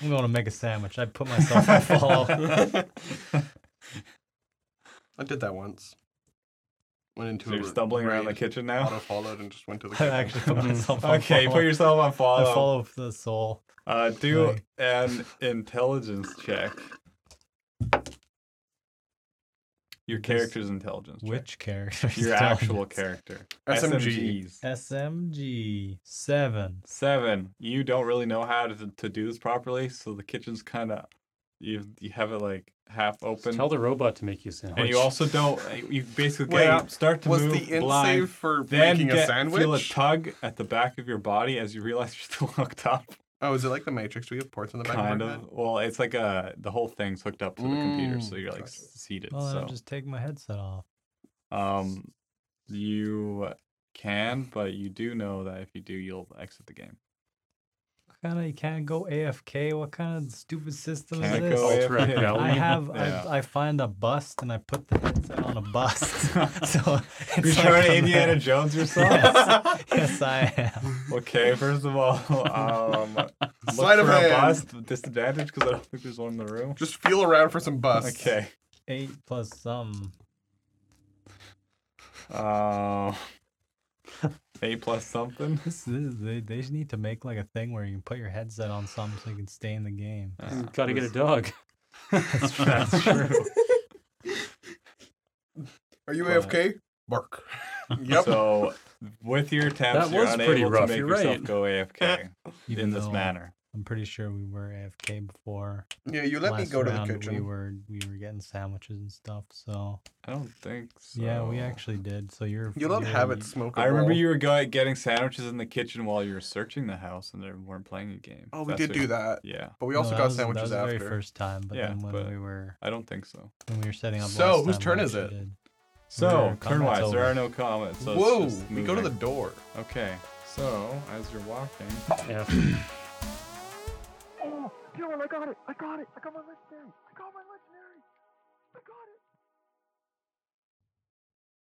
[SPEAKER 1] I'm going to make a sandwich. I put myself on fall.
[SPEAKER 3] I did that once. Went into
[SPEAKER 4] So you're
[SPEAKER 3] a
[SPEAKER 4] stumbling around the
[SPEAKER 3] raid,
[SPEAKER 4] kitchen
[SPEAKER 3] Auto
[SPEAKER 4] now.
[SPEAKER 3] followed and just went to the.
[SPEAKER 1] I
[SPEAKER 3] kitchen.
[SPEAKER 1] actually put myself on
[SPEAKER 4] Okay,
[SPEAKER 1] follow.
[SPEAKER 4] put yourself on
[SPEAKER 1] I
[SPEAKER 4] follow.
[SPEAKER 1] follow the soul.
[SPEAKER 4] Uh, do
[SPEAKER 1] Right.
[SPEAKER 4] an intelligence check. Your character's intelligence. check.
[SPEAKER 1] Which character?
[SPEAKER 4] Your actual character.
[SPEAKER 3] SMG.
[SPEAKER 4] SMGs.
[SPEAKER 1] SMG seven.
[SPEAKER 4] Seven. You don't really know how to, to do this properly, so the kitchen's kind of you. You have it like half
[SPEAKER 5] Just
[SPEAKER 4] open,
[SPEAKER 5] Tell the robot to make you a sandwich.
[SPEAKER 4] and you also don't. eh, You basically get
[SPEAKER 3] Wait,
[SPEAKER 4] up, start to
[SPEAKER 3] Was
[SPEAKER 4] move,
[SPEAKER 3] the end
[SPEAKER 4] blind,
[SPEAKER 3] save for
[SPEAKER 4] then
[SPEAKER 3] making
[SPEAKER 4] get,
[SPEAKER 3] a sandwich?
[SPEAKER 4] feel a tug at the back of your body as you realize you're still hooked up.
[SPEAKER 3] oh, is it like the Matrix? Do we have ports on the back
[SPEAKER 4] kind
[SPEAKER 3] of,
[SPEAKER 4] of.
[SPEAKER 3] our head?
[SPEAKER 4] Well, it's like a the whole thing's hooked up to the computer,
[SPEAKER 3] Mm,
[SPEAKER 4] so you're like
[SPEAKER 3] gotcha.
[SPEAKER 4] s- seated.
[SPEAKER 1] Well, then
[SPEAKER 4] so
[SPEAKER 1] I'll just take my headset off.
[SPEAKER 4] um, you can, but you do know that if you do, you'll exit the game.
[SPEAKER 1] What kind of you can't go AFK? What kind of stupid system
[SPEAKER 4] Can't
[SPEAKER 1] is this?
[SPEAKER 4] go
[SPEAKER 5] Alter
[SPEAKER 4] AFK.
[SPEAKER 5] Fidelity?
[SPEAKER 1] I have
[SPEAKER 4] Yeah.
[SPEAKER 1] I, I find a bust and I put the headset on a bust. so it's
[SPEAKER 4] You're
[SPEAKER 1] like
[SPEAKER 4] trying
[SPEAKER 1] I'm
[SPEAKER 4] to Indiana
[SPEAKER 1] there.
[SPEAKER 4] Jones yourself?
[SPEAKER 1] Yes. yes, I am.
[SPEAKER 4] Okay, first of all, um, look
[SPEAKER 3] Sleight
[SPEAKER 4] for
[SPEAKER 3] of
[SPEAKER 4] a
[SPEAKER 3] hand.
[SPEAKER 4] bust disadvantage because I don't think there's one in the room.
[SPEAKER 3] Just feel around for some busts.
[SPEAKER 4] Okay.
[SPEAKER 1] Eight plus some.
[SPEAKER 4] Uh, eight plus something.
[SPEAKER 1] This, this they, they just need to make like a thing where you can put your headset on something so you can stay in the game.
[SPEAKER 4] Uh,
[SPEAKER 5] got to get a dog.
[SPEAKER 1] That's true. That's true.
[SPEAKER 3] Are you
[SPEAKER 4] But-
[SPEAKER 3] AFK? Bark. yep.
[SPEAKER 4] So, with your attempts,
[SPEAKER 5] That
[SPEAKER 4] you're
[SPEAKER 5] was
[SPEAKER 4] unable
[SPEAKER 5] pretty rough,
[SPEAKER 4] to make
[SPEAKER 5] you're
[SPEAKER 4] yourself
[SPEAKER 5] right.
[SPEAKER 4] go AFK in
[SPEAKER 1] Even
[SPEAKER 4] this
[SPEAKER 1] though
[SPEAKER 4] manner.
[SPEAKER 1] I'm pretty sure we were AFK before.
[SPEAKER 3] yeah, you let me
[SPEAKER 1] Last
[SPEAKER 3] go to the
[SPEAKER 1] round,
[SPEAKER 3] kitchen.
[SPEAKER 1] We were we were getting sandwiches and stuff. So
[SPEAKER 4] I don't think so.
[SPEAKER 1] yeah, we actually did. So you're
[SPEAKER 3] You let
[SPEAKER 1] you're-
[SPEAKER 3] Habit smoke a
[SPEAKER 4] I remember
[SPEAKER 3] roll.
[SPEAKER 4] you were go- getting sandwiches in the kitchen while you were searching the house, and they weren't playing a game.
[SPEAKER 3] Oh, we
[SPEAKER 4] That's
[SPEAKER 3] did
[SPEAKER 4] what-
[SPEAKER 3] do that,
[SPEAKER 4] Yeah,
[SPEAKER 3] but we
[SPEAKER 1] No,
[SPEAKER 3] also
[SPEAKER 1] that
[SPEAKER 3] got
[SPEAKER 1] was-
[SPEAKER 3] sandwiches
[SPEAKER 1] that was The very
[SPEAKER 3] after.
[SPEAKER 1] first time, but
[SPEAKER 4] Yeah,
[SPEAKER 1] then when
[SPEAKER 4] but-
[SPEAKER 1] we were
[SPEAKER 4] I don't think so.
[SPEAKER 1] when we were setting up.
[SPEAKER 3] So,
[SPEAKER 1] last
[SPEAKER 3] whose
[SPEAKER 1] time,
[SPEAKER 3] turn
[SPEAKER 1] we
[SPEAKER 3] is
[SPEAKER 1] actually did.
[SPEAKER 4] So,
[SPEAKER 1] comments
[SPEAKER 4] turn wise, there
[SPEAKER 1] over.
[SPEAKER 4] are no comments. So it's
[SPEAKER 3] Whoa!
[SPEAKER 4] just
[SPEAKER 3] We go to the
[SPEAKER 4] moving.
[SPEAKER 3] door.
[SPEAKER 4] Okay, so as you're walking,
[SPEAKER 5] Yeah.
[SPEAKER 6] Oh, Dylan, I got it! I got it! I got my legendary! I got my legendary! I got it!